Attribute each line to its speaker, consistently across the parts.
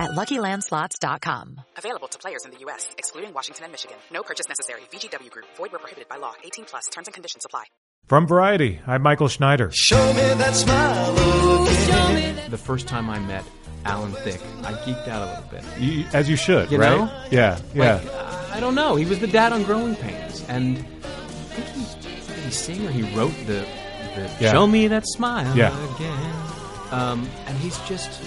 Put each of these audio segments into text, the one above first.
Speaker 1: at LuckyLandSlots.com.
Speaker 2: Available to players in the U.S., excluding Washington and Michigan. No purchase necessary. VGW Group. Void where prohibited by law. 18 plus. Terms and conditions apply.
Speaker 3: From Variety, I'm Michael Schneider.
Speaker 4: Show me that smile again.
Speaker 5: The first time I met Alan Thicke, I geeked out a little bit.
Speaker 3: You, as you should,
Speaker 5: You
Speaker 3: right?
Speaker 5: know?
Speaker 3: Yeah, yeah.
Speaker 5: Like,
Speaker 6: uh,
Speaker 5: I I don't know. He was the dad on Growing Pains, and I think he, did he sing or he wrote the, the
Speaker 3: Yeah.
Speaker 5: "Show Me That Smile"
Speaker 3: Yeah.
Speaker 5: again. Um, and he's just,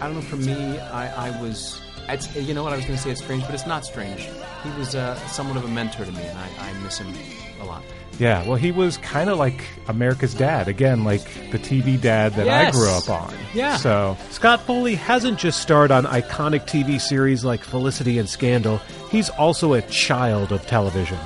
Speaker 5: I don't know. For me, I, I was, it's, you know what I was going to say? It's strange, but it's not strange. He was uh, somewhat of a mentor to me, and I, I miss him a lot.
Speaker 3: yeah, well, he was kind of like America's dad. Again, like the TV dad that
Speaker 5: Yes.
Speaker 3: I grew up on.
Speaker 5: Yeah.
Speaker 3: So,
Speaker 6: Scott Foley hasn't just starred on iconic TV series like Felicity and Scandal, he's also a child of television.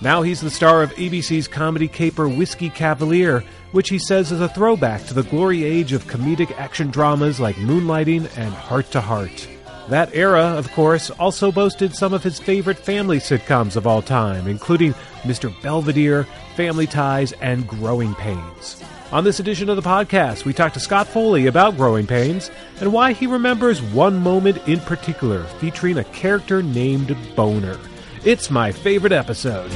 Speaker 6: Now he's the star of ABC's comedy caper Whiskey Cavalier, which he says is a throwback to the glory age of comedic action dramas like Moonlighting and Heart to Heart. That era, of course, also boasted some of his favorite family sitcoms of all time, including Mr. Belvedere, Family Ties, and Growing Pains. On this edition of the podcast, we talk to Scott Foley about Growing Pains and why he remembers one moment in particular featuring a character named Boner. It's my favorite episode.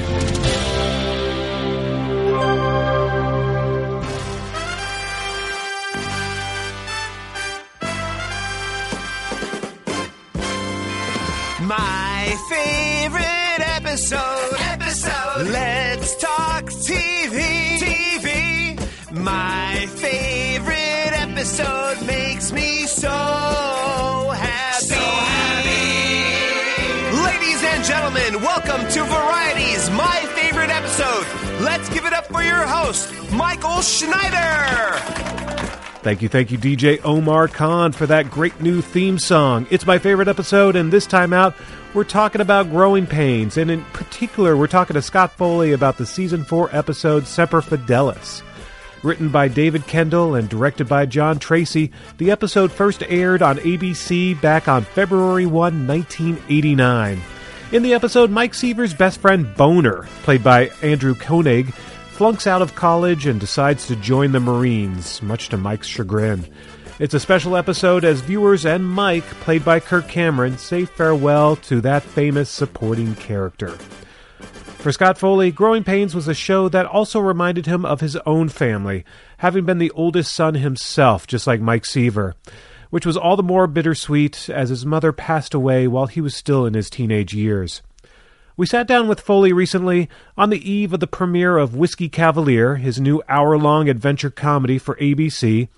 Speaker 4: My favorite episode. Episode. Let's talk TV. TV. My favorite episode makes me so happy. So happy. Ladies and gentlemen, welcome to Variety's My Favorite Episode. Let's give it up for your host, Michael Schneider.
Speaker 6: Thank you, thank you, DJ Omar Khan, for that great new theme song. It's my favorite episode, and this time out, we're talking about growing pains, and in particular, we're talking to Scott Foley about the season four episode Semper Fidelis. Written by David Kendall and directed by John Tracy, the episode first aired on ABC back on February 1, 1989. In the episode, Mike Seaver's best friend Boner, played by Andrew Koenig, flunks out of college and decides to join the Marines, much to Mike's chagrin. It's a special episode as viewers and Mike, played by Kirk Cameron, say farewell to that famous supporting character. For Scott Foley, Growing Pains was a show that also reminded him of his own family, having been the oldest son himself, just like Mike Seaver, which was all the more bittersweet as his mother passed away while he was still in his teenage years. We sat down with Foley recently on the eve of the premiere of Whiskey Cavalier, his new hour long adventure comedy for ABC,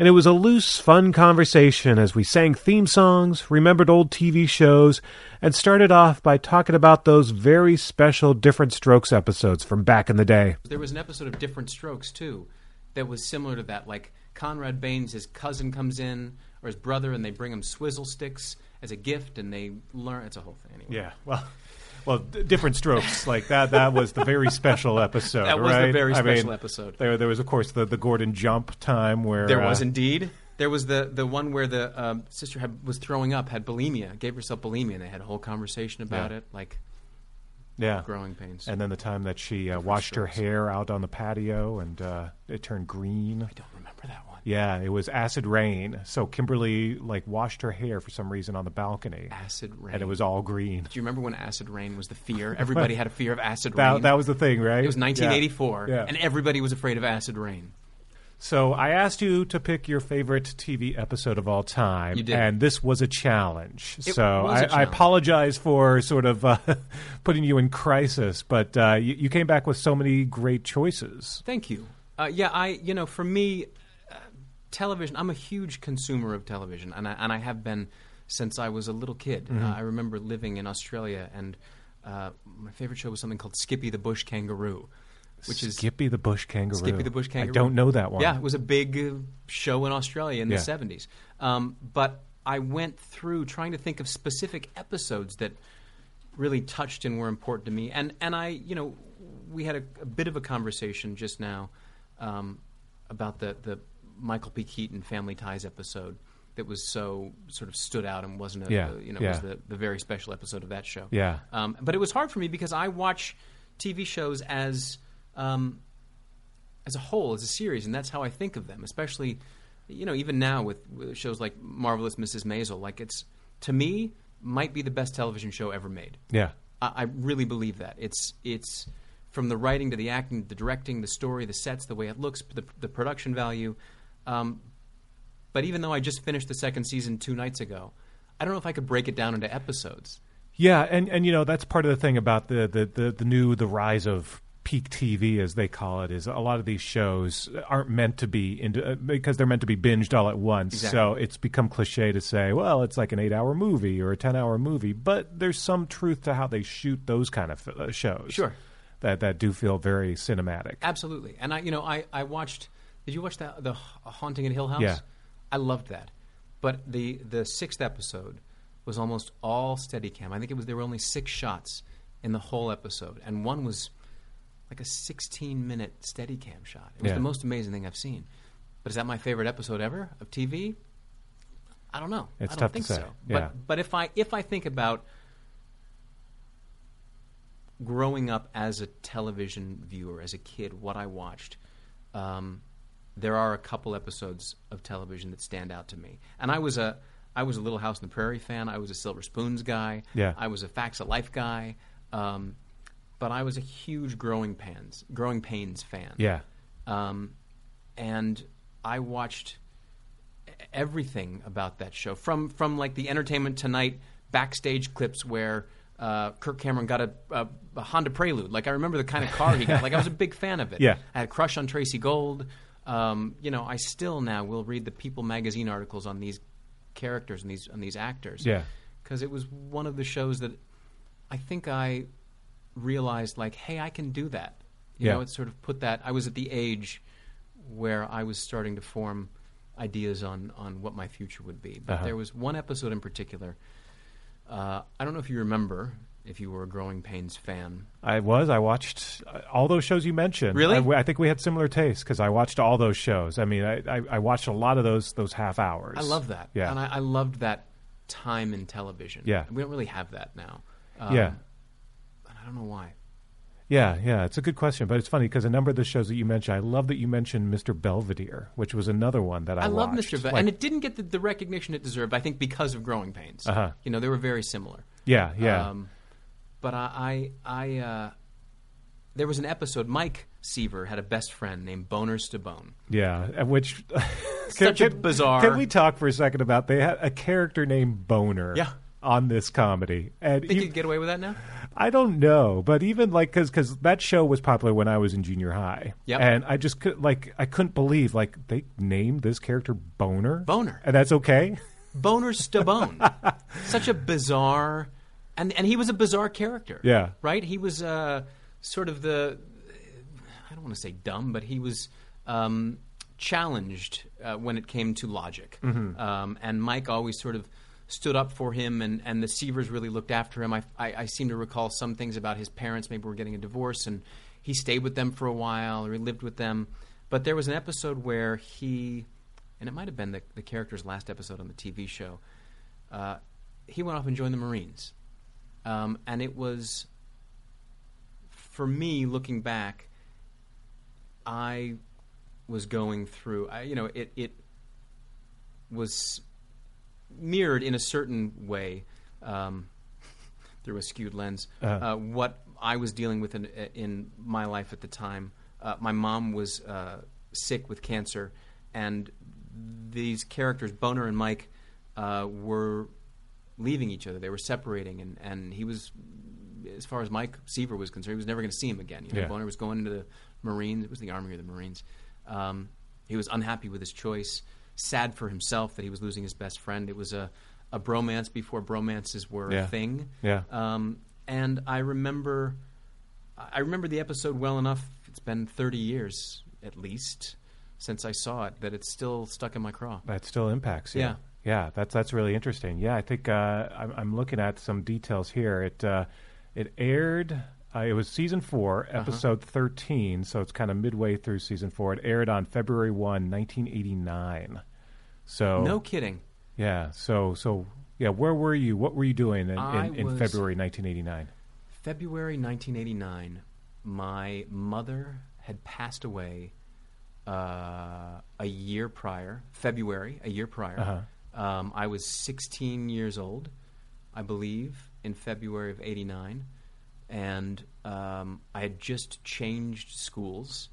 Speaker 6: and it was a loose, fun conversation as we sang theme songs, remembered old TV shows, and started off by talking about those very special Different Strokes episodes from back in the day.
Speaker 5: There was an episode of Different Strokes too, that was similar to that. Like Conrad Baines, his cousin comes in or his brother, and they bring him swizzle sticks as a gift, and they learn. It's a whole thing anyway.
Speaker 3: yeah, well. Well, d- different strokes like that. That was the very special episode.
Speaker 5: That was the
Speaker 3: right?
Speaker 5: very
Speaker 3: I mean,
Speaker 5: special episode.
Speaker 3: There, there was, of course, the, the Gordon jump time where
Speaker 5: There
Speaker 3: uh,
Speaker 5: was indeed. There was the, the one where the um, sister had, was throwing up, had bulimia, gave herself bulimia, and they had a whole conversation about
Speaker 3: Yeah.
Speaker 5: it, like
Speaker 3: yeah.
Speaker 5: growing pains.
Speaker 3: and then the time that she uh, washed her hair out on the patio and uh, it turned green.
Speaker 5: I don't remember that one.
Speaker 3: Yeah, it was acid rain. So Kimberly like washed her hair for some reason on the balcony,
Speaker 5: Acid rain.
Speaker 3: and it was all green.
Speaker 5: Do you remember when acid rain was the fear? Everybody had a fear of acid
Speaker 3: That,
Speaker 5: rain.
Speaker 3: that was the thing, right?
Speaker 5: it was 1984,
Speaker 3: Yeah.
Speaker 5: and everybody was afraid of acid rain.
Speaker 3: So I asked you to pick your favorite TV episode of all time,
Speaker 5: You did.
Speaker 3: and this was a challenge.
Speaker 5: It
Speaker 3: so
Speaker 5: was
Speaker 3: I
Speaker 5: a
Speaker 3: I
Speaker 5: challenge.
Speaker 3: apologize for sort of uh, putting you in crisis, but uh, you, you came back with so many great choices.
Speaker 5: Thank you. Uh, yeah, I you know for me, uh, television. I'm a huge consumer of television, and I and I have been since I was a little kid. Uh, I remember living in Australia, and uh, my favorite show was something called Skippy the Bush Kangaroo, which is
Speaker 3: Skippy the Bush Kangaroo.
Speaker 5: Skippy the Bush Kangaroo.
Speaker 3: I don't know that one.
Speaker 5: Yeah, it was a big uh, show in Australia in
Speaker 3: Yeah.
Speaker 5: the seventies. Um, but I went through trying to think of specific episodes that really touched and were important to me, and and I you know we had a, a bit of a conversation just now um, about the, the Michael P. Keaton Family Ties episode that was so sort of stood out and wasn't a,
Speaker 6: Yeah,
Speaker 5: you know
Speaker 6: yeah.
Speaker 5: was the, the very special episode of that show.
Speaker 6: Yeah.
Speaker 5: Um, but it was hard for me because I watch TV shows as um, as a whole, as a series, and that's how I think of them. Especially, you know, even now with, with shows like Marvelous Mrs. Maisel, like it's to me might be the best television show ever made.
Speaker 6: Yeah.
Speaker 5: I, I really believe that. It's it's from the writing to the acting, the directing, the story, the sets, the way it looks, the, the production value. Um, but even though I just finished the second season two nights ago, I don't know if I could break it down into episodes.
Speaker 6: Yeah, and and you know that's part of the thing about the the the, the new the rise of peak TV as they call it is a lot of these shows aren't meant to be into uh, because they're meant to be binged all at once. So it's become cliche to say, well, it's like an 8-hour movie or a 10-hour movie, but there's some truth to how they shoot those kind of uh, shows.
Speaker 5: Sure.
Speaker 6: That that do feel very cinematic.
Speaker 5: Absolutely. And I, you know, I, I watched. Did you watch that the Ha- Haunting at Hill House?
Speaker 6: Yeah.
Speaker 5: I loved that, but the the sixth episode was almost all Steadicam. I think it was there were only six shots in the whole episode, and one was like a 16 minute Steadicam shot. It was
Speaker 6: Yeah.
Speaker 5: the most amazing thing I've seen. But is that my favorite episode ever of TV? I don't know.
Speaker 6: It's
Speaker 5: I don't
Speaker 6: tough to
Speaker 5: think
Speaker 6: say.
Speaker 5: So.
Speaker 6: Yeah.
Speaker 5: But but if I if I think about growing up as a television viewer, as a kid, what I watched, um, there are a couple episodes of television that stand out to me. And I was a I was a Little House on the Prairie fan. I was a Silver Spoons guy.
Speaker 6: Yeah.
Speaker 5: I was a Facts of Life guy. Um, but I was a huge Growing Pains Growing Pains fan.
Speaker 6: Yeah.
Speaker 5: Um, and I watched everything about that show from from like the Entertainment Tonight backstage clips where uh, Kirk Cameron got a, a, a Honda Prelude. Like I remember the kind of car he got. Like I was a big fan of it.
Speaker 6: Yeah.
Speaker 5: I had a crush on Tracy Gold. Um, you know, I still now will read the People magazine articles on these characters and these on these actors.
Speaker 6: Yeah.
Speaker 5: because it was one of the shows that I think I realized like, hey, I can do that. You
Speaker 6: Yeah.
Speaker 5: know, it sort of put that. I was at the age where I was starting to form ideas on on what my future would be. But
Speaker 6: Uh-huh.
Speaker 5: there was one episode in particular. Uh, I don't know if you remember if you were a Growing Pains fan.
Speaker 6: I was. I watched uh, all those shows you mentioned.
Speaker 5: Really?
Speaker 6: I, I think we had similar tastes because I watched all those shows. I mean, I, I, I watched a lot of those those half hours.
Speaker 5: I love that.
Speaker 6: Yeah.
Speaker 5: and I, I loved that time in television.
Speaker 6: Yeah.
Speaker 5: we don't really have that now.
Speaker 6: yeah.
Speaker 5: um, and I don't know why.
Speaker 6: Yeah, yeah, it's a good question, but it's funny because a number of the shows that you mentioned, I love that you mentioned Mr. Belvedere, whiwhich was another one that I,
Speaker 5: I love
Speaker 6: watched.
Speaker 5: Mr. Vet,
Speaker 6: Like-
Speaker 5: and it didn't get the, the recognition it deserved. I think because of Growing Pains. Uh-huh. You know, they were very similar.
Speaker 6: yeah, yeah,
Speaker 5: Um, but I, I, I uh, there was an episode. Mike Seaver had a best friend named Boner Stabone.
Speaker 6: yeah. and Which
Speaker 5: Such a bizarre-
Speaker 6: Can we talk for a second about they had a character named Boner?
Speaker 5: Yeah.
Speaker 6: On this comedy, and
Speaker 5: Think
Speaker 6: you-
Speaker 5: you could get away with that now?
Speaker 6: I don't know, but even like because because that show was popular when I was in junior high,
Speaker 5: Yep.
Speaker 6: and I just could like I couldn't believe like they named this character Boner,
Speaker 5: Boner.
Speaker 6: and that's okay.
Speaker 5: Boner Stabone. Such a bizarre, and and he was a bizarre character.
Speaker 6: Yeah.
Speaker 5: right. He was uh, sort of the, I don't want to say dumb, but he was um, challenged uh, when it came to logic. Um, and Mike always sort of stood up for him, and, and the Seavers really looked after him. I, I, I seem to recall some things about his parents. Maybe were getting a divorce, and he stayed with them for a while, or he lived with them. But there was an episode where he and it might have been the, the character's last episode on the TV show. Uh, he went off and joined the Marines, um, and it was for me looking back. I was going through. I, you know, it it was mirrored in a certain way um, through a skewed lens. uh what I was dealing with in, in my life at the time. Uh, my mom was uh, sick with cancer, and these characters, Boner and Mike, uh, were leaving each other. They were separating, and, and he was, as far as Mike Seaver was concerned, he was never going to see him again. You know,
Speaker 6: Yeah.
Speaker 5: Boner was going into the Marines. It was the Army or the Marines. Um, he was unhappy with his choice, sad for himself that he was losing his best friend. It was a, a bromance before bromances were
Speaker 6: Yeah.
Speaker 5: a thing.
Speaker 6: Yeah.
Speaker 5: Um, and I remember, I remember the episode well enough. It's been 30 years at least since I saw it that it's still stuck in my craw.
Speaker 6: That still impacts you.
Speaker 5: Yeah.
Speaker 6: Yeah, that's that's really interesting. Yeah, I think uh, I'm, I'm looking at some details here. It uh, it aired Uh, it was season 4
Speaker 5: Uh-huh.
Speaker 6: episode 13, so it's kind of midway through season four. It aired on February 1, 1989. So
Speaker 5: No kidding.
Speaker 6: yeah, so so yeah, where were you? What were you doing in,
Speaker 5: I
Speaker 6: in, in
Speaker 5: was-
Speaker 6: February 1989?
Speaker 5: February 1989, my mother had passed away uh, a year prior, February, a year prior.
Speaker 6: Uh-huh.
Speaker 5: Um, I was 16 years old, I believe, in February of 89. And um, I had just changed schools.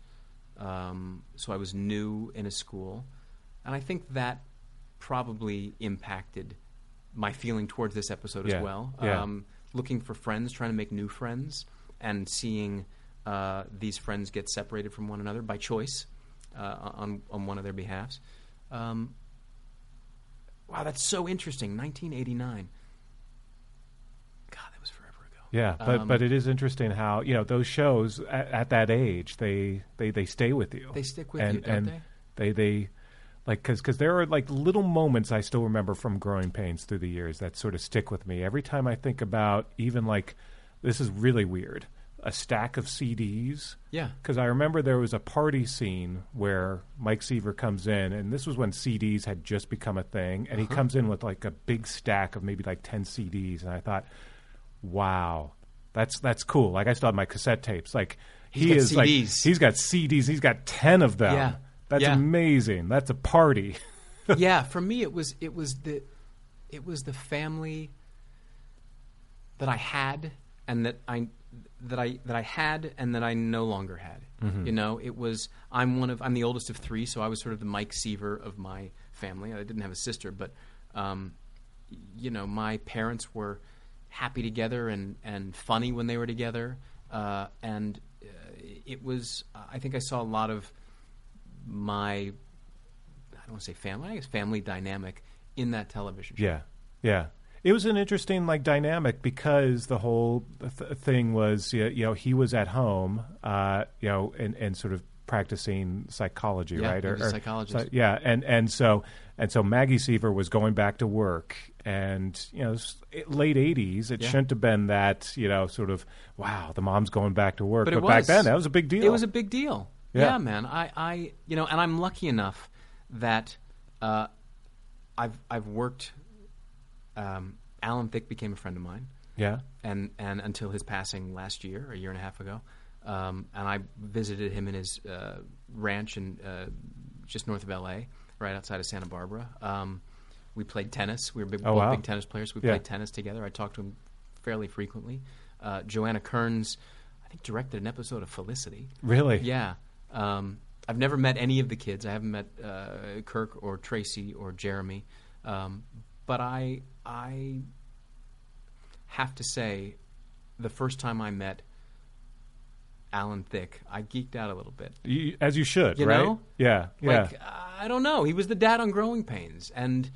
Speaker 5: Um, so I was new in a school. And I think that probably impacted my feeling towards this episode
Speaker 6: Yeah.
Speaker 5: as well
Speaker 6: Yeah.
Speaker 5: um, looking for friends, trying to make new friends, and seeing uh, these friends get separated from one another by choice uh, on on one of their behalfs. Um, wow, that's so interesting. 1989. God, that was forever ago.
Speaker 6: Yeah,
Speaker 5: Um,
Speaker 6: but but it is interesting how you know those shows at, at that age they, they they stay with you.
Speaker 5: They stick with
Speaker 6: and,
Speaker 5: you, don't
Speaker 6: and they? They like because there are like little moments I still remember from growing pains through the years that sort of stick with me. Every time I think about even like this is really weird a stack of CDs.
Speaker 5: Yeah.
Speaker 6: because I remember there was a party scene where Mike Seaver comes in, and this was when CDs had just become a thing, and
Speaker 5: Uh-huh.
Speaker 6: he comes in with like a big stack of maybe like ten CDs, and I thought wow, that's that's cool. Like I still have my cassette tapes. Like he
Speaker 5: got
Speaker 6: is like
Speaker 5: CDs.
Speaker 6: he's got CDs. He's got ten of them.
Speaker 5: Yeah.
Speaker 6: That's
Speaker 5: Yeah.
Speaker 6: amazing. That's a party.
Speaker 5: yeah, for me it was it was the it was the family that I had and that I that I that I had and that I no longer had. You know, it was I'm one of I'm the oldest of three, so I was sort of the Mike Seaver of my family. I didn't have a sister, but um, you know, my parents were happy together and and funny when they were together, uh, and uh, it was I think I saw a lot of my I don't want to say family, I guess family dynamic in that television show.
Speaker 6: Yeah, yeah. It was an interesting like dynamic because the whole th- thing was you you know he was at home uh, you know and, and sort of practicing psychology
Speaker 5: Yeah,
Speaker 6: right
Speaker 5: he was a psychologist.
Speaker 6: so- yeah and, and so and so Maggie Seaver was going back to work and you know s- it- late eighties it
Speaker 5: Yeah.
Speaker 6: shouldn't have been that you know sort of wow the mom's going back to work
Speaker 5: But,
Speaker 6: but,
Speaker 5: it was,
Speaker 6: back then that was a big deal
Speaker 5: It was a big deal.
Speaker 6: Yeah.
Speaker 5: Yeah, man. I, I, you know, and I'm lucky enough that uh, I've I've worked. Um, Alan Thicke became a friend of mine.
Speaker 6: yeah
Speaker 5: and and until his passing last year, a year and a half ago, um, and I visited him in his uh, ranch in uh, just north of L.A., right outside of Santa Barbara. Um, we played tennis. We were big,
Speaker 6: Oh,
Speaker 5: both
Speaker 6: wow.
Speaker 5: big tennis players. We
Speaker 6: Yeah.
Speaker 5: played tennis together. I talked to him fairly frequently. Uh, Joanna Kearns, I think, directed an episode of Felicity.
Speaker 6: really
Speaker 5: Yeah. Um, I've never met any of the kids. I haven't met uh, Kirk or Tracy or Jeremy. Um, but I, I have to say, the first time I met Alan Thicke, I geeked out a little bit.
Speaker 6: You- as you should
Speaker 5: You
Speaker 6: right
Speaker 5: know?
Speaker 6: yeah yeah
Speaker 5: Like, I don't know. He was the dad on Growing Pains. And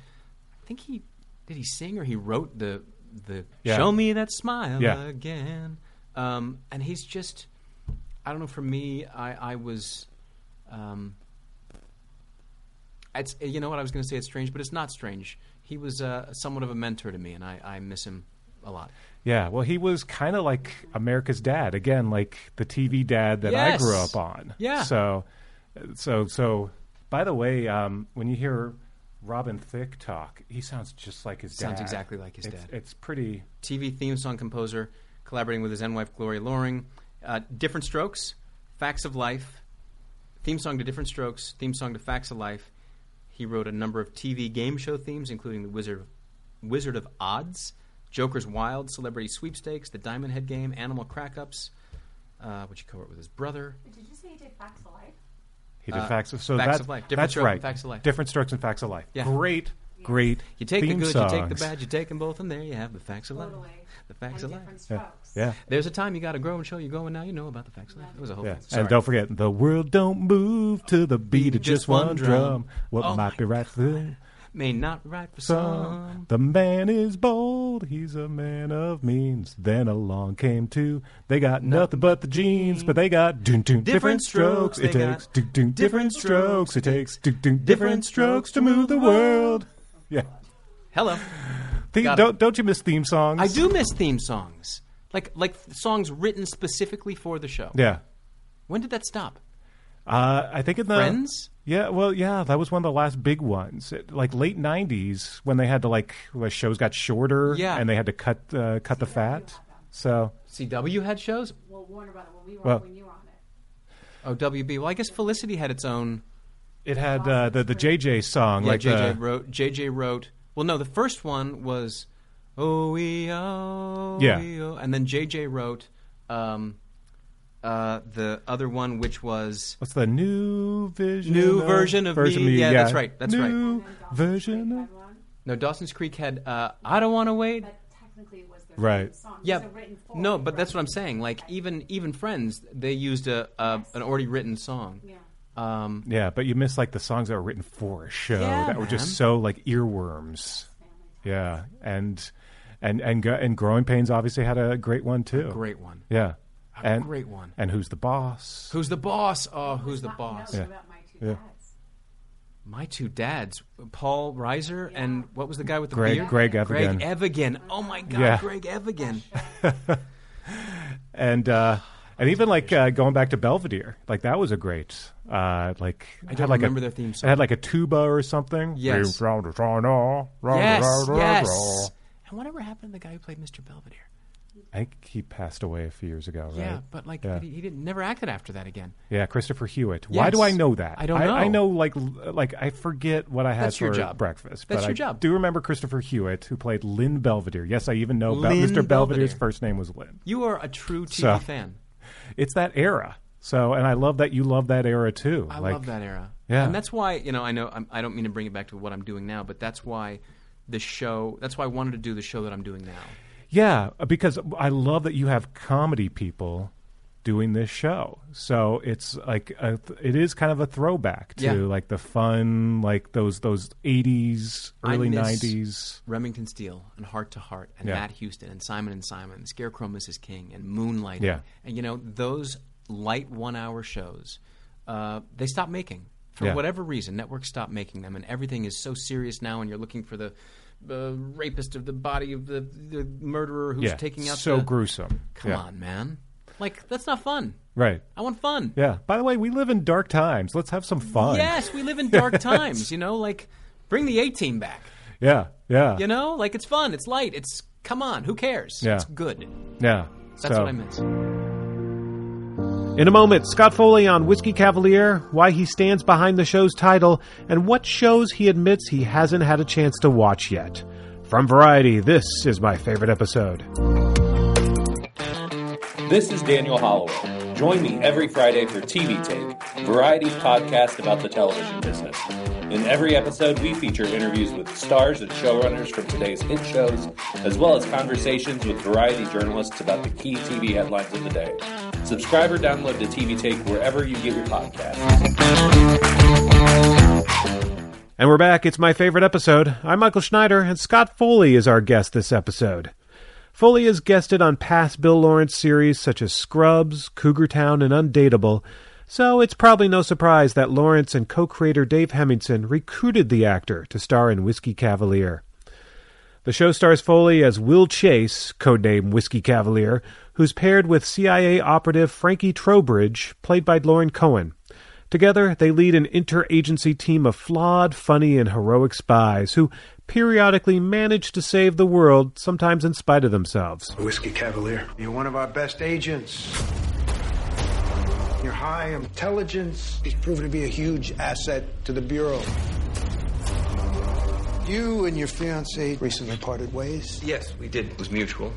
Speaker 5: I think he, did he sing or he wrote the, the
Speaker 6: Yeah.
Speaker 5: Show Me That Smile
Speaker 6: Yeah.
Speaker 5: Again. Um, and he's just, I don't know, for me, I, I was, um, it's, you know what I was going to say? It's strange, but it's not strange. He was uh, somewhat of a mentor to me, and I, I miss him a lot.
Speaker 6: Yeah, well, he was kind of like America's dad again, like the TV dad that I
Speaker 5: Yes.
Speaker 6: grew up on.
Speaker 5: Yeah.
Speaker 6: So, so, so. By the way, um, when you hear Robin Thicke talk, he sounds just like his dad.
Speaker 5: Sounds exactly like his
Speaker 6: It's-
Speaker 5: dad.
Speaker 6: It's pretty.
Speaker 5: TV theme song composer, collaborating with his then wife Gloria Loring. Uh, different Strokes, Facts of Life, theme song to Different Strokes, theme song to Facts of Life. He wrote a number of TV game show themes, including the Wizard of, Wizard of Odds, Joker's Wild, Celebrity Sweepstakes, the Diamond Head Game, Animal Crack Ups, uh, which he co-wrote with his brother.
Speaker 7: Did you say you did Facts of Life?
Speaker 6: He did facts of so
Speaker 5: Uh, Facts
Speaker 6: that's,
Speaker 5: of Life. Different
Speaker 6: that's
Speaker 5: Strokes and
Speaker 6: right.
Speaker 5: Facts of Life.
Speaker 6: Different strokes and facts of life.
Speaker 5: Yeah.
Speaker 6: Great, great.
Speaker 5: You take
Speaker 6: theme
Speaker 5: the good, you take the
Speaker 6: songs.
Speaker 5: bad, you take them both, and there you have the Facts of Life.
Speaker 7: Totally.
Speaker 5: The Facts
Speaker 7: and
Speaker 5: of Life.
Speaker 7: different
Speaker 6: Yeah.
Speaker 7: strokes.
Speaker 6: Yeah.
Speaker 5: There's a time you got to grow and show you go, and now you know about the Facts of Life. It was a whole
Speaker 6: Yeah,
Speaker 5: thing. Sorry.
Speaker 6: and don't forget the world don't move to the beat of just, one drum. What
Speaker 5: Oh
Speaker 6: might
Speaker 5: my
Speaker 6: be right for them
Speaker 5: May not write for
Speaker 6: So
Speaker 5: some.
Speaker 6: the man is bold, he's a man of means. Then along came two. They got nothing but the jeans, but they got doon, doon, different
Speaker 5: Different
Speaker 6: strokes.
Speaker 5: strokes
Speaker 6: It
Speaker 5: they got.
Speaker 6: takes doon, doon, different
Speaker 5: Different
Speaker 6: strokes.
Speaker 5: strokes
Speaker 6: It
Speaker 5: they-
Speaker 6: takes doon, doon, different
Speaker 5: different
Speaker 6: strokes
Speaker 5: strokes
Speaker 6: to
Speaker 5: to
Speaker 6: move the
Speaker 5: move the
Speaker 6: world. Yeah,
Speaker 5: Hello.
Speaker 6: Theme-
Speaker 5: Got it.
Speaker 6: don't don't you miss theme songs?
Speaker 5: I do miss theme songs. like like songs written specifically for the show.
Speaker 6: Yeah.
Speaker 5: When did that stop?
Speaker 6: Uh, I think in the
Speaker 5: Friends?
Speaker 6: Yeah, well, yeah, that was one of the last big ones, It- like late '90s when they had to like the shows got shorter,
Speaker 5: Yeah.
Speaker 6: and they had to cut uh, cut the fat. So
Speaker 5: CW had shows.
Speaker 7: Well, Warner Brothers, when we were
Speaker 6: Well-
Speaker 7: when you were on it.
Speaker 5: Oh, WB. Well, I guess Felicity had its own.
Speaker 6: it had uh, the the JJ song,
Speaker 5: Yeah,
Speaker 6: like uh,
Speaker 5: JJ
Speaker 6: the,
Speaker 5: wrote. JJ wrote. Well, no, the first one was Oh we oh
Speaker 6: Yeah.
Speaker 5: we, oh," and then JJ wrote um, uh, the other one, which was
Speaker 6: what's the new vision?
Speaker 5: New
Speaker 6: of-
Speaker 5: version of me. Yeah, that's right, that's right.
Speaker 6: new version. Of,
Speaker 7: Babylon,
Speaker 5: no Dawson's Creek had uh, I don't want to wait.
Speaker 7: but technically it was their
Speaker 6: Right.
Speaker 7: song. It
Speaker 5: Yeah,
Speaker 7: was a written for
Speaker 5: no,
Speaker 7: it,
Speaker 5: but that's
Speaker 7: right?
Speaker 5: what I'm saying. Like even even Friends, they used a, a an already written song.
Speaker 7: Yeah.
Speaker 5: Um,
Speaker 6: yeah, but you miss like the songs that were written for a show
Speaker 5: Yeah,
Speaker 6: that were
Speaker 5: man.
Speaker 6: just so like earworms. Yeah, and and and Gro- and growing pains obviously had a great one too.
Speaker 5: great one.
Speaker 6: Yeah.
Speaker 5: A great one.
Speaker 6: And who's the boss?
Speaker 5: Who's the boss? Oh, who's the
Speaker 7: Not- no,
Speaker 5: boss?
Speaker 7: it's about my two
Speaker 6: Yeah.
Speaker 7: dads.
Speaker 5: My two dads, Paul Reiser and what was the guy with the
Speaker 6: Greg
Speaker 5: beard?
Speaker 6: Greg
Speaker 5: Greg
Speaker 6: Evigan.
Speaker 5: Evigan. Oh my God,
Speaker 6: Yeah.
Speaker 5: Greg Evigan.
Speaker 6: and uh, and even like uh, going back to Belvedere, like that was a great uh, like I
Speaker 5: don't
Speaker 6: like
Speaker 5: remember
Speaker 6: a,
Speaker 5: their theme
Speaker 6: It had like a tuba or something.
Speaker 5: Yes. yes,
Speaker 6: Yes.
Speaker 5: yes. And whatever happened to the guy who played Mr. Belvedere?
Speaker 6: I think he passed away a few years ago, right?
Speaker 5: Yeah, but like
Speaker 6: Yeah.
Speaker 5: he, he didn't never acted after that again.
Speaker 6: Yeah, Christopher Hewitt. Why do
Speaker 5: Yes.
Speaker 6: I know that?
Speaker 5: I don't
Speaker 6: I,
Speaker 5: know.
Speaker 6: know like l- like I forget what I had
Speaker 5: That's
Speaker 6: for
Speaker 5: your job.
Speaker 6: breakfast. but
Speaker 5: That's your
Speaker 6: I
Speaker 5: job.
Speaker 6: Do remember Christopher Hewitt, who played Lynn Belvedere. Yes, I even know Bel-
Speaker 5: Lynn
Speaker 6: Mr. Belvedere's
Speaker 5: Belvedere.
Speaker 6: first name was Lynn.
Speaker 5: You are a true TV
Speaker 6: So-
Speaker 5: fan.
Speaker 6: It's that era. So, and I love that you love that era too.
Speaker 5: I
Speaker 6: Like,
Speaker 5: love that era.
Speaker 6: Yeah.
Speaker 5: And that's why, you know, I know I'm, I don't mean to bring it back to what I'm doing now, but that's why the show, that's why I wanted to do the show that I'm doing now.
Speaker 6: Yeah, because I love that you have comedy people doing this show. So it's like a, it is kind of a throwback to
Speaker 5: Yeah.
Speaker 6: like the fun, like those those eighties,
Speaker 5: I
Speaker 6: early
Speaker 5: miss-
Speaker 6: nineties.
Speaker 5: Remington Steele and Heart to Heart and
Speaker 6: Yeah.
Speaker 5: Matt Houston and Simon and Simon, Scarecrow Mrs. King and Moonlighting.
Speaker 6: Yeah.
Speaker 5: And, you know, those light one hour shows, uh, they stopped making. For
Speaker 6: Yeah.
Speaker 5: whatever reason, networks stopped making them, and everything is so serious now, and you're looking for the uh, rapist of the body of the, the murderer who's
Speaker 6: Yeah,
Speaker 5: taking out
Speaker 6: so
Speaker 5: the.
Speaker 6: gruesome.
Speaker 5: Come
Speaker 6: Yeah.
Speaker 5: on, man. Like, that's not fun.
Speaker 6: right?
Speaker 5: I want fun.
Speaker 6: Yeah. By the way, we live in dark times. Let's have some fun.
Speaker 5: Yes, we live in dark times, you know, like bring the A team back.
Speaker 6: Yeah. Yeah.
Speaker 5: You know, like it's fun, it's light, it's come on, who cares?
Speaker 6: Yeah.
Speaker 5: It's good.
Speaker 6: yeah.
Speaker 5: That's
Speaker 6: So-
Speaker 5: what I miss.
Speaker 8: In a moment, Scott Foley on Whiskey Cavalier, why he stands behind the show's title, and what shows he admits he hasn't had a chance to watch yet. From Variety, this is my favorite episode.
Speaker 9: This is Daniel Holloway. Join me every Friday for TV Tape, Variety's podcast about the television business. In every episode, we feature interviews with stars and showrunners from today's hit shows, as well as conversations with variety journalists about the key TV headlines of the day. Subscribe or download to TV Tape wherever you get your podcasts.
Speaker 8: And we're back. It's my favorite episode. I'm Michael Schneider, and Scott Foley is our guest this episode. Foley has guested on past Bill Lawrence series such as Scrubs, Cougar Town, and Undateable, so it's probably no surprise that Lawrence and co creator Dave Hemmingson recruited the actor to star in Whiskey Cavalier. The show stars Foley as Will Chase, codename Whiskey Cavalier, who's paired with CIA operative Frankie Trowbridge, played by Lauren Cohen. Together, they lead an interagency team of flawed, funny, and heroic spies who periodically manage to save the world, sometimes in spite of themselves.
Speaker 10: Whiskey Cavalier. You're one of our best agents. Your high intelligence is proven to be a huge asset to the Bureau. You and your fiance recently parted ways.
Speaker 11: Yes, we did. It was mutual.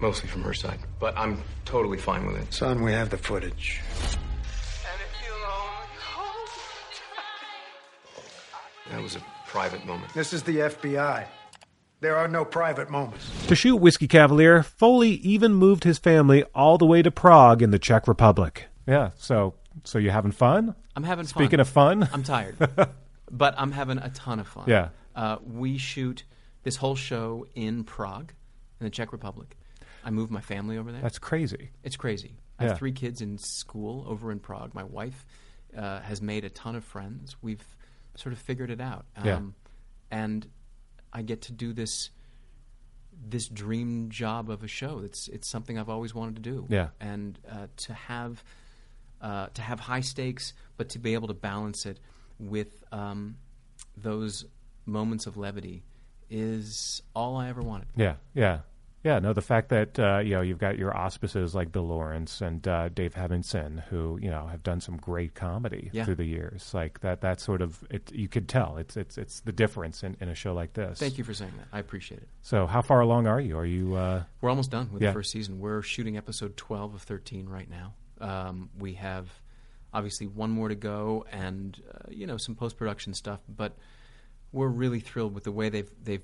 Speaker 11: Mostly from her side. But I'm totally fine with it.
Speaker 10: Son, we have the footage.
Speaker 11: That was a private moment.
Speaker 10: This is the FBI. There are no private moments.
Speaker 8: To shoot Whiskey Cavalier, Foley even moved his family all the way to Prague in the Czech Republic.
Speaker 6: Yeah. So, so you having fun?
Speaker 5: I'm having fun.
Speaker 6: Speaking of fun,
Speaker 5: I'm tired. but I'm having a ton of fun.
Speaker 6: Yeah.
Speaker 5: Uh, we shoot this whole show in Prague, in the Czech Republic. I moved my family over there.
Speaker 6: that's crazy.
Speaker 5: It's crazy. I
Speaker 6: Yeah.
Speaker 5: have three kids in school over in Prague. My wife uh, has made a ton of friends. We've sort of figured it out. Um,
Speaker 6: Yeah.
Speaker 5: And I get to do this this dream job of a show. It's it's something I've always wanted to do.
Speaker 6: Yeah.
Speaker 5: and uh, to have uh, to have high stakes, but to be able to balance it with um, those moments of levity is all I ever wanted.
Speaker 6: Yeah, yeah, yeah. No, the fact that uh, you know you've got your auspices like Bill Lawrence and uh, Dave Hemmingson, who you know have done some great comedy
Speaker 5: Yeah.
Speaker 6: through the years, like that. That sort of it, you could tell it's it's it's the difference in, in a show like this.
Speaker 5: Thank you for saying that. I appreciate it.
Speaker 6: So, how far along are you? Are you? Uh,
Speaker 5: We're almost done with
Speaker 6: Yeah.
Speaker 5: the first season. We're shooting episode 12 of 13 right now. Um, we have obviously one more to go and uh, you know some post production stuff, but we're really thrilled with the way they've they've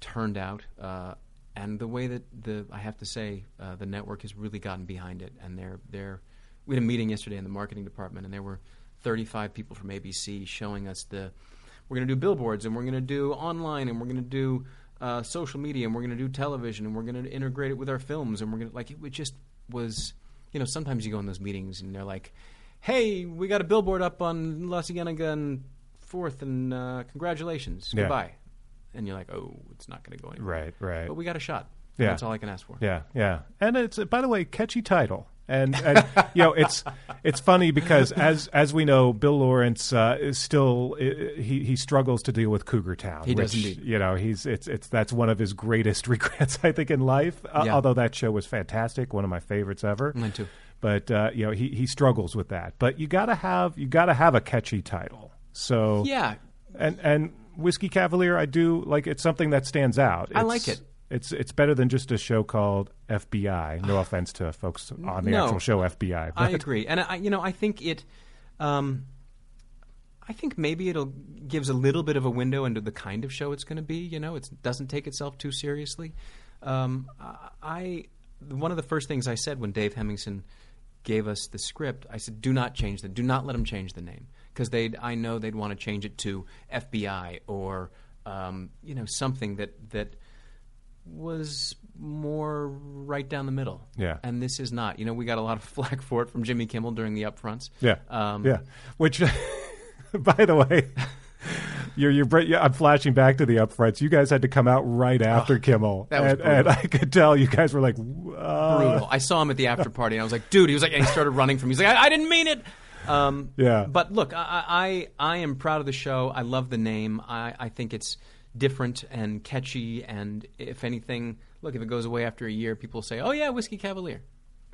Speaker 5: turned out uh, and the way that the I have to say uh, the network has really gotten behind it and they're they're we had a meeting yesterday in the marketing department and there were 35 people from ABC showing us the we're going to do billboards and we're going to do online and we're going to do uh, social media and we're going to do television and we're going to integrate it with our films and we're going to like it, it just was you know sometimes you go in those meetings and they're like hey we got a billboard up on La Cienega and fourth and uh, congratulations
Speaker 6: Yeah.
Speaker 5: goodbye and you're like oh it's not going to go anywhere
Speaker 6: right, right.
Speaker 5: but we got a shot
Speaker 6: Yeah.
Speaker 5: that's all I can ask for
Speaker 6: Yeah, yeah. And it's by the way, catchy title. And, and you know, it's it's funny because as as we know, Bill Lawrence uh, is still i- he he struggles to deal with Cougar Town.
Speaker 5: He
Speaker 6: which,
Speaker 5: does indeed.
Speaker 6: You know, he's it's it's that's one of his greatest regrets I think in life. Uh,
Speaker 5: Yeah.
Speaker 6: Although that show was fantastic, one of my favorites ever.
Speaker 5: Mine too.
Speaker 6: But uh, you know, he he struggles with that. But you gotta have you gotta have a catchy title. So
Speaker 5: yeah
Speaker 6: and and whiskey cavalier i do like it's something that stands out it's,
Speaker 5: I like it.
Speaker 6: it's it's better than just a show called fbi no offense to folks on the
Speaker 5: Ah. No.
Speaker 6: actual show fbi
Speaker 5: I
Speaker 6: but-
Speaker 5: agree, and I, you know, I think it. Um, I think maybe it'll gives a little bit of a window into the kind of show it's going to be. You know, it doesn't take itself too seriously. Um, I- I one of the first things I said when Dave Hemmingson gave us the script, I said, "Do not change the. Do not let them change the name because they. I know they'd want to change it to FBI or um, you know something that that." was more right down the middle.
Speaker 6: Yeah.
Speaker 5: And this is not. You know, we got a lot of flack for it from Jimmy Kimmel during the upfronts.
Speaker 6: yeah
Speaker 5: Um,
Speaker 6: yeah which by the way You're, you're, br- yeah, I'm flashing back to the upfronts. You guys had to come out right after Kimmel,
Speaker 5: Oh, that was
Speaker 6: and, and
Speaker 5: brutal.
Speaker 6: I could tell you guys were like, uh,
Speaker 5: Brutal. I saw him at the after party and I was like, dude, he was like, and he started running from me. He's like, I, I didn't mean it. Um,
Speaker 6: Yeah.
Speaker 5: But look, I, I, I am proud of the show. I love the name. I, I think it's different and catchy. And if anything, look, if it goes away after a year, people say, oh, yeah, Whiskey Cavalier.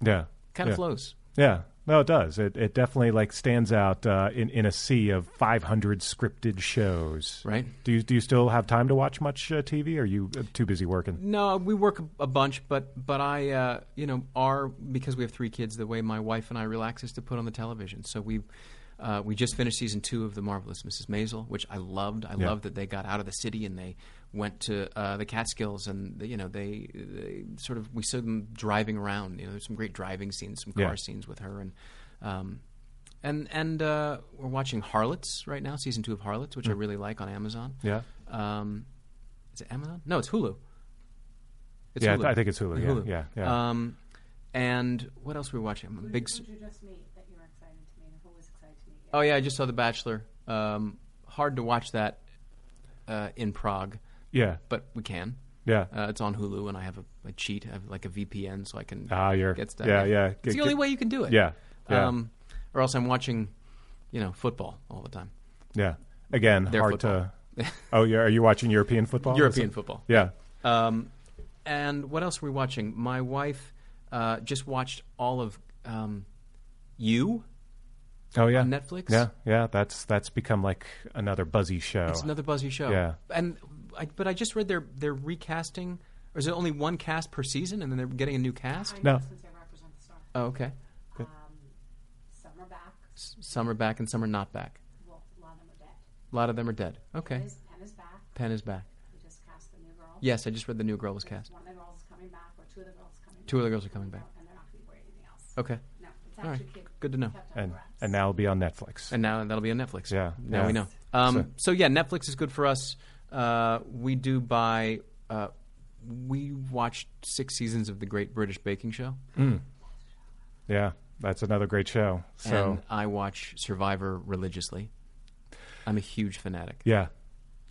Speaker 6: yeah,
Speaker 5: Kind of
Speaker 6: yeah.
Speaker 5: flows.
Speaker 6: Yeah. No, it does. It it definitely like stands out uh, in in a sea of 500 scripted shows.
Speaker 5: Right.
Speaker 6: Do you do you still have time to watch much uh, TV? Or are you uh, too busy working?
Speaker 5: No, we work a- a bunch, but but I, uh, you know, are because we have three kids. The way my wife and I relax is to put on the television. So we uh, we just finished season two of the marvelous Mrs. Maisel, which I loved. I loved that they got out of the city and they went to uh, the Catskills, and you know they, they sort of we saw them driving around. You know, there's some great driving scenes, some car
Speaker 6: Yeah.
Speaker 5: scenes with her, and um, and and uh, we're watching Harlots right now, season two of Harlots, which I really like on Amazon.
Speaker 6: Mm. Yeah.
Speaker 5: Um, is it Amazon? No, it's Hulu. It's
Speaker 6: Yeah, I th- I think it's Hulu, yeah, yeah, yeah.
Speaker 5: Um, and what else were we watching? I'm a big. s-
Speaker 7: Who did you just meet that you were excited to meet, or who was excited to meet you?
Speaker 5: Oh yeah, I just saw The Bachelor. Um, hard to watch that uh, in Prague,
Speaker 6: Yeah.
Speaker 5: but we can.
Speaker 6: Yeah.
Speaker 5: Uh, it's on Hulu, and I have a, a cheat. I have like a VPN, so I can.
Speaker 6: Ah, you're-
Speaker 5: get stuff.
Speaker 6: yeah, yeah.
Speaker 5: It's
Speaker 6: Get-
Speaker 5: the only
Speaker 6: get-
Speaker 5: way you can do it.
Speaker 6: Yeah, yeah.
Speaker 5: Um, or else I'm watching, you know, football all the time.
Speaker 6: yeah. Again,
Speaker 5: Their
Speaker 6: hard to. oh, yeah. Are you watching European football?
Speaker 5: European
Speaker 6: Is it-
Speaker 5: football.
Speaker 6: Yeah.
Speaker 5: Um, and what else were we watching? My wife uh, just watched all of um, You.
Speaker 6: Oh yeah.
Speaker 5: On Netflix?
Speaker 6: Yeah, yeah. That's that's become like another buzzy show.
Speaker 5: It's another buzzy show.
Speaker 6: Oh, Yeah.
Speaker 5: And I, but I just read they're they're recasting. Or is it only one cast per season, and then they're getting a new cast?
Speaker 7: I
Speaker 6: No.
Speaker 7: know since I represent the star.
Speaker 5: Oh, okay.
Speaker 7: Some are back.
Speaker 5: S- Some are back and some are not back.
Speaker 7: Well, a lot of them are dead.
Speaker 5: A lot of them are dead. Okay.
Speaker 7: Penn is, Penn is back.
Speaker 5: Penn is back.
Speaker 7: We just cast the new girl.
Speaker 5: Yes, I just read the new girl was cast.
Speaker 7: One of the girls is coming back, or two of the girls are coming
Speaker 5: Two of
Speaker 7: back.
Speaker 5: the girls are coming back.
Speaker 7: And they're not going to be wearing anything else.
Speaker 5: Okay.
Speaker 7: No, it's
Speaker 5: All right.
Speaker 7: actually kept-
Speaker 5: Good to know.
Speaker 7: kept under
Speaker 6: And
Speaker 7: wraps.
Speaker 6: and now it'll be on Netflix.
Speaker 5: And now that'll be on Netflix.
Speaker 6: Yeah,
Speaker 5: Now
Speaker 6: yeah.
Speaker 5: we know. Um, so, yeah, Netflix is good for us. Uh, we do buy. Uh, we watched six seasons of the Great British Baking Show,
Speaker 6: Mm-hmm. yeah, that's another great show. So
Speaker 5: and I watch Survivor religiously. I'm a huge fanatic.
Speaker 6: yeah,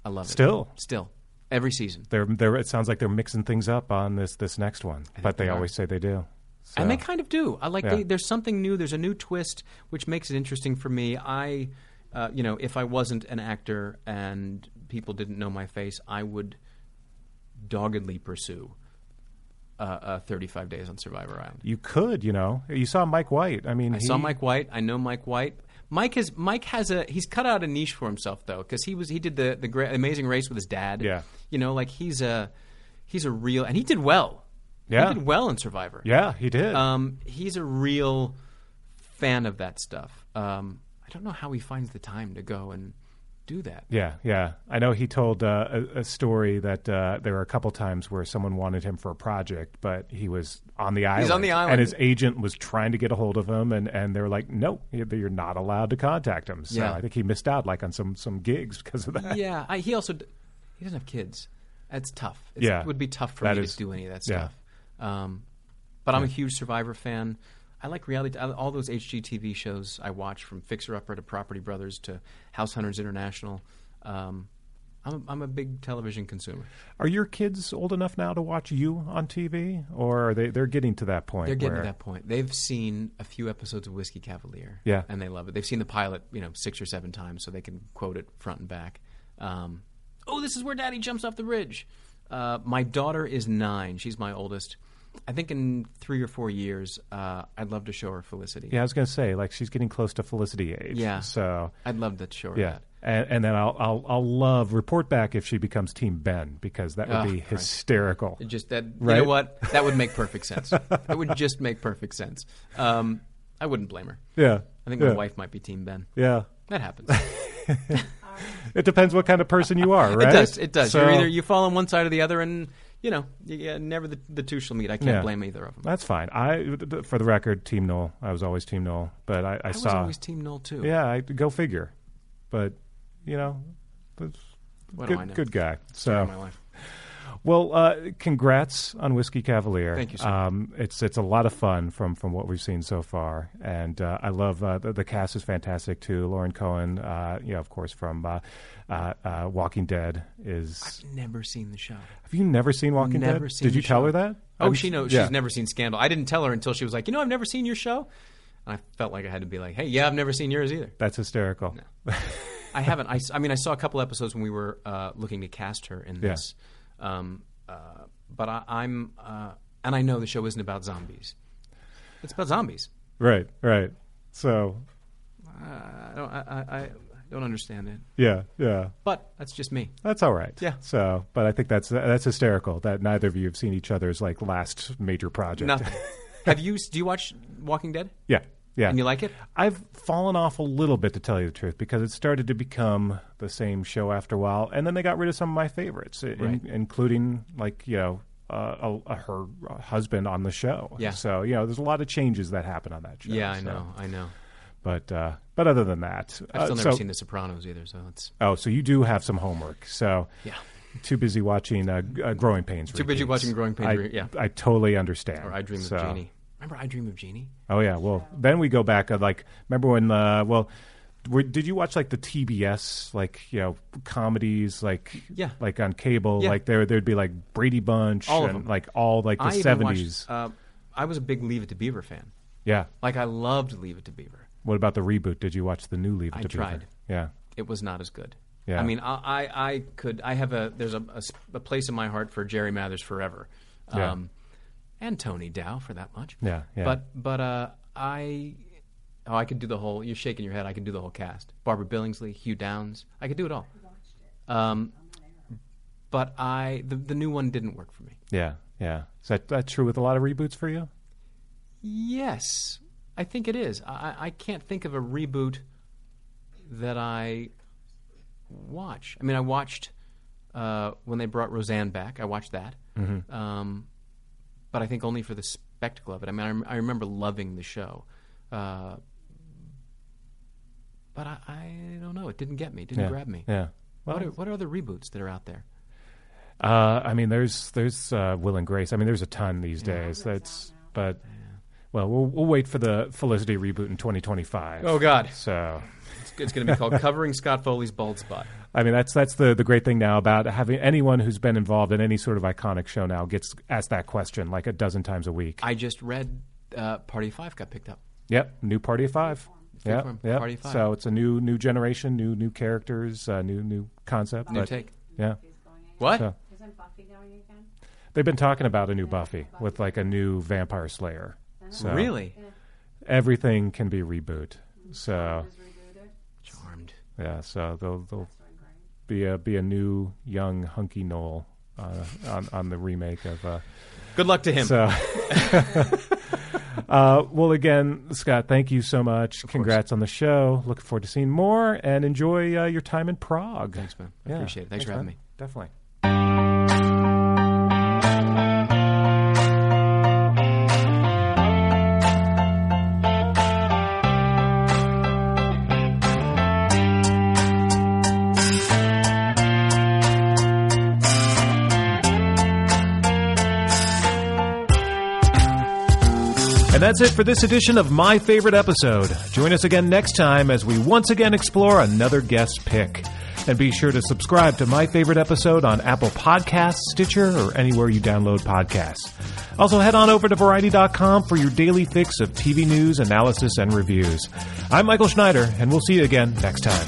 Speaker 5: I love it.
Speaker 6: Still?
Speaker 5: Still. every season.
Speaker 6: They're they're it sounds like they're mixing things up on this this next one, but they,
Speaker 5: they are.
Speaker 6: always say they do. So.
Speaker 5: And they kind of do. I like
Speaker 6: Yeah.
Speaker 5: they, there's something new. There's a new twist, which makes it interesting for me. I, uh, you know, if I wasn't an actor and people didn't know my face, I would doggedly pursue uh, uh, 35 Days on Survivor Island.
Speaker 6: you could, you know, you saw Mike White. I mean,
Speaker 5: I saw Mike White. I know Mike White. Mike has Mike has a he's cut out a niche for himself though because he was he did the the great, amazing race with his dad.
Speaker 6: Yeah.
Speaker 5: you know, like he's a he's a real and he did well.
Speaker 6: Yeah.
Speaker 5: he did well in Survivor.
Speaker 6: Yeah, he did.
Speaker 5: Um, he's a real fan of that stuff. Um, I don't know how he finds the time to go and do that.
Speaker 6: Yeah, yeah. I know he told uh, a, a story that uh, there were a couple times where someone wanted him for a project, but he was on the island.
Speaker 5: on the island.
Speaker 6: and his agent was trying to get a hold of him, and, and they were like, "No, you're not allowed to contact him." So
Speaker 5: Yeah.
Speaker 6: I think he missed out like on some some gigs because of that.
Speaker 5: Yeah, I, he also d- he doesn't have kids. That's tough. It's,
Speaker 6: Yeah.
Speaker 5: it would be tough for
Speaker 6: That
Speaker 5: me
Speaker 6: is-
Speaker 5: to do any of that
Speaker 6: yeah.
Speaker 5: stuff. Um, but I'm a huge Survivor fan. I like reality. I, all those HGTV shows I watch, from Fixer Upper to Property Brothers to House Hunters International. Um, I'm, a, I'm a big television consumer.
Speaker 6: Are your kids old enough now to watch you on TV, or are they they're getting to that point?
Speaker 5: They're getting
Speaker 6: where,
Speaker 5: to that point. They've seen a few episodes of Whiskey Cavalier,
Speaker 6: Yeah.
Speaker 5: and they love it. They've seen the pilot, you know, six or seven times, so they can quote it front and back. Um, oh, this is where Daddy jumps off the ridge. Uh, my daughter is nine. She's my oldest. I think in three or four years, uh, I'd love to show her Felicity.
Speaker 6: Yeah, I was gonna say like she's getting close to Felicity age.
Speaker 5: Yeah.
Speaker 6: so
Speaker 5: I'd love to show her
Speaker 6: Yeah.
Speaker 5: that.
Speaker 6: And, and then I'll, I'll I'll love report back if she becomes Team Ben because that would
Speaker 5: Oh,
Speaker 6: be
Speaker 5: Christ.
Speaker 6: hysterical.
Speaker 5: It just that you
Speaker 6: Right?
Speaker 5: know what that would make perfect sense. that would just make perfect sense. Um, I wouldn't blame her.
Speaker 6: yeah,
Speaker 5: I think
Speaker 6: yeah.
Speaker 5: my wife might be Team Ben.
Speaker 6: Yeah,
Speaker 5: That happens.
Speaker 6: it depends what kind of person you are, right?
Speaker 5: It does. It does.
Speaker 6: So-
Speaker 5: You're either you fall on one side or the other, and you know, you, yeah, never the, the two shall meet. I can't
Speaker 6: Yeah.
Speaker 5: blame either of them.
Speaker 6: That's fine. I, for the record, Team Null. I was always Team Null, but I, I,
Speaker 5: I was
Speaker 6: saw.
Speaker 5: always Team Null too.
Speaker 6: yeah, I, go figure. But you know, that's
Speaker 5: What do I know?
Speaker 6: good, good guy.
Speaker 5: Story
Speaker 6: So
Speaker 5: of my life.
Speaker 6: Well, uh, congrats on Whiskey Cavalier.
Speaker 5: Thank you, sir.
Speaker 6: Um, it's it's a lot of fun from from what we've seen so far, and uh, I love uh, the, the cast is fantastic too. Lauren Cohen, uh, you know, of course, from uh, uh, uh, Walking Dead is.
Speaker 5: Never seen the show.
Speaker 6: Have you never seen Walking
Speaker 5: never
Speaker 6: Dead?
Speaker 5: seen.
Speaker 6: Did
Speaker 5: the
Speaker 6: you tell
Speaker 5: show.
Speaker 6: her that?
Speaker 5: Oh,
Speaker 6: I'm-
Speaker 5: she knows.
Speaker 6: yeah.
Speaker 5: She's never seen Scandal. I didn't tell her until she was like, you know, I've never seen your show. And I felt like I had to be like, hey, yeah, I've never seen yours either.
Speaker 6: That's hysterical.
Speaker 5: I haven't. I, s- I mean, I saw a couple episodes when we were uh, looking to cast her in
Speaker 6: Yeah.
Speaker 5: this. Um, uh, but I, I'm, uh, and I know the show isn't about zombies. It's about zombies.
Speaker 6: Right, right. So
Speaker 5: I don't. I, I, I don't understand it.
Speaker 6: yeah, yeah.
Speaker 5: But that's just me.
Speaker 6: That's all right.
Speaker 5: Yeah.
Speaker 6: So, but I think that's that's hysterical that neither of you have seen each other's like last major project.
Speaker 5: Nothing. Have you? Do you watch Walking Dead?
Speaker 6: Yeah, yeah.
Speaker 5: And you like it?
Speaker 6: I've fallen off a little bit to tell you the truth because it started to become the same show after a while, and then they got rid of some of my favorites, i- in-
Speaker 5: Right.
Speaker 6: including like you know uh, a, a, her husband on the show.
Speaker 5: Yeah.
Speaker 6: So you know, there's a lot of changes that happen on that show.
Speaker 5: Yeah, I
Speaker 6: so-
Speaker 5: know. I know.
Speaker 6: But uh, but other than that,
Speaker 5: I've
Speaker 6: uh,
Speaker 5: still never
Speaker 6: so-
Speaker 5: seen The Sopranos either, so it's
Speaker 6: Oh, so you do have some homework. So
Speaker 5: Yeah.
Speaker 6: Too busy watching uh, g- uh, Growing Pains.
Speaker 5: Too busy
Speaker 6: repeats.
Speaker 5: watching Growing Pains
Speaker 6: I,
Speaker 5: re- yeah.
Speaker 6: I totally understand.
Speaker 5: or I Dream
Speaker 6: So-
Speaker 5: of Jeannie. Remember I Dream of Jeannie?
Speaker 6: Oh yeah. Well, then we go back. Uh, like, remember when? Uh, well, were, did you watch like the TBS like you know comedies like
Speaker 5: Yeah.
Speaker 6: like on cable
Speaker 5: Yeah.
Speaker 6: like there there'd be like Brady Bunch
Speaker 5: All of
Speaker 6: and
Speaker 5: them.
Speaker 6: like all like the
Speaker 5: I even watched,
Speaker 6: seventies.
Speaker 5: uh, I was a big Leave It to Beaver fan.
Speaker 6: yeah.
Speaker 5: Like I loved Leave It to Beaver.
Speaker 6: What about the reboot? Did you watch the new Leave It
Speaker 5: I
Speaker 6: to Beaver?
Speaker 5: tried.
Speaker 6: Yeah.
Speaker 5: It was not as good.
Speaker 6: Yeah.
Speaker 5: I mean, I, I, I could. I have a there's a, a s- a place in my heart for Jerry Mathers forever, Um,
Speaker 6: Yeah.
Speaker 5: and Tony Dow for that much.
Speaker 6: Yeah, yeah.
Speaker 5: But but uh, I oh I could do the whole. You're shaking your head. I could do the whole cast. Barbara Billingsley, Hugh Downs. I could do it all. Um, but I the the new one didn't work for me.
Speaker 6: Yeah. Yeah. Is that that true with a lot of reboots for you?
Speaker 5: Yes, I think it is. I, I can't think of a reboot that I watch. I mean, I watched uh, when they brought Roseanne back. I watched that,
Speaker 6: Mm-hmm.
Speaker 5: um, but I think only for the spectacle of it. I mean, I, rem- I remember loving the show, uh, but I, I don't know. It didn't get me. It didn't
Speaker 6: Yeah.
Speaker 5: grab me.
Speaker 6: Yeah.
Speaker 5: What are, what are other reboots that are out there?
Speaker 6: Uh, I mean, there's there's uh, Will and Grace. I mean, there's a ton these days. That's but Well, we'll, we'll wait for the Felicity reboot in 2025.
Speaker 5: Oh, God.
Speaker 6: So,
Speaker 5: It's, it's going to be called Covering Scott Foley's Bald Spot.
Speaker 6: I mean, that's that's the the great thing now about having anyone who's been involved in any sort of iconic show now gets asked that question like a dozen times a week.
Speaker 5: I just read uh, Party 5 got picked up.
Speaker 6: Yep, new party of five. Yeah,
Speaker 5: form,
Speaker 6: yeah.
Speaker 5: Party of Five.
Speaker 6: So it's a new new generation, new new characters, uh, new new concept.
Speaker 5: New
Speaker 6: but-
Speaker 5: take.
Speaker 6: Yeah,
Speaker 7: Buffy's going again.
Speaker 5: What?
Speaker 6: So-
Speaker 7: Isn't Buffy going again?
Speaker 6: they've been talking about a new Buffy with like a new Vampire Slayer. So
Speaker 5: Really?
Speaker 6: everything can be reboot. So
Speaker 7: Is rebooted?
Speaker 5: Charmed.
Speaker 6: yeah, so there'll, there'll be a be a new young hunky Noel uh, on on the remake of. Uh,
Speaker 5: Good luck to him.
Speaker 6: So, uh, well, again, Scott, thank you so much. Congrats on the show. Looking forward to seeing more and enjoy uh, your time in Prague.
Speaker 5: Thanks, man. I
Speaker 6: Yeah.
Speaker 5: appreciate it. Thanks, for having
Speaker 6: man.
Speaker 5: me.
Speaker 6: Definitely.
Speaker 8: And that's it for this edition of My Favorite Episode. Join us again next time as we once again explore another guest pick. And be sure to subscribe to My Favorite Episode on Apple Podcasts, Stitcher, or anywhere you download podcasts. Also, head on over to Variety.com for your daily fix of TV news, analysis, and reviews. I'm Michael Schneider, and we'll see you again next time.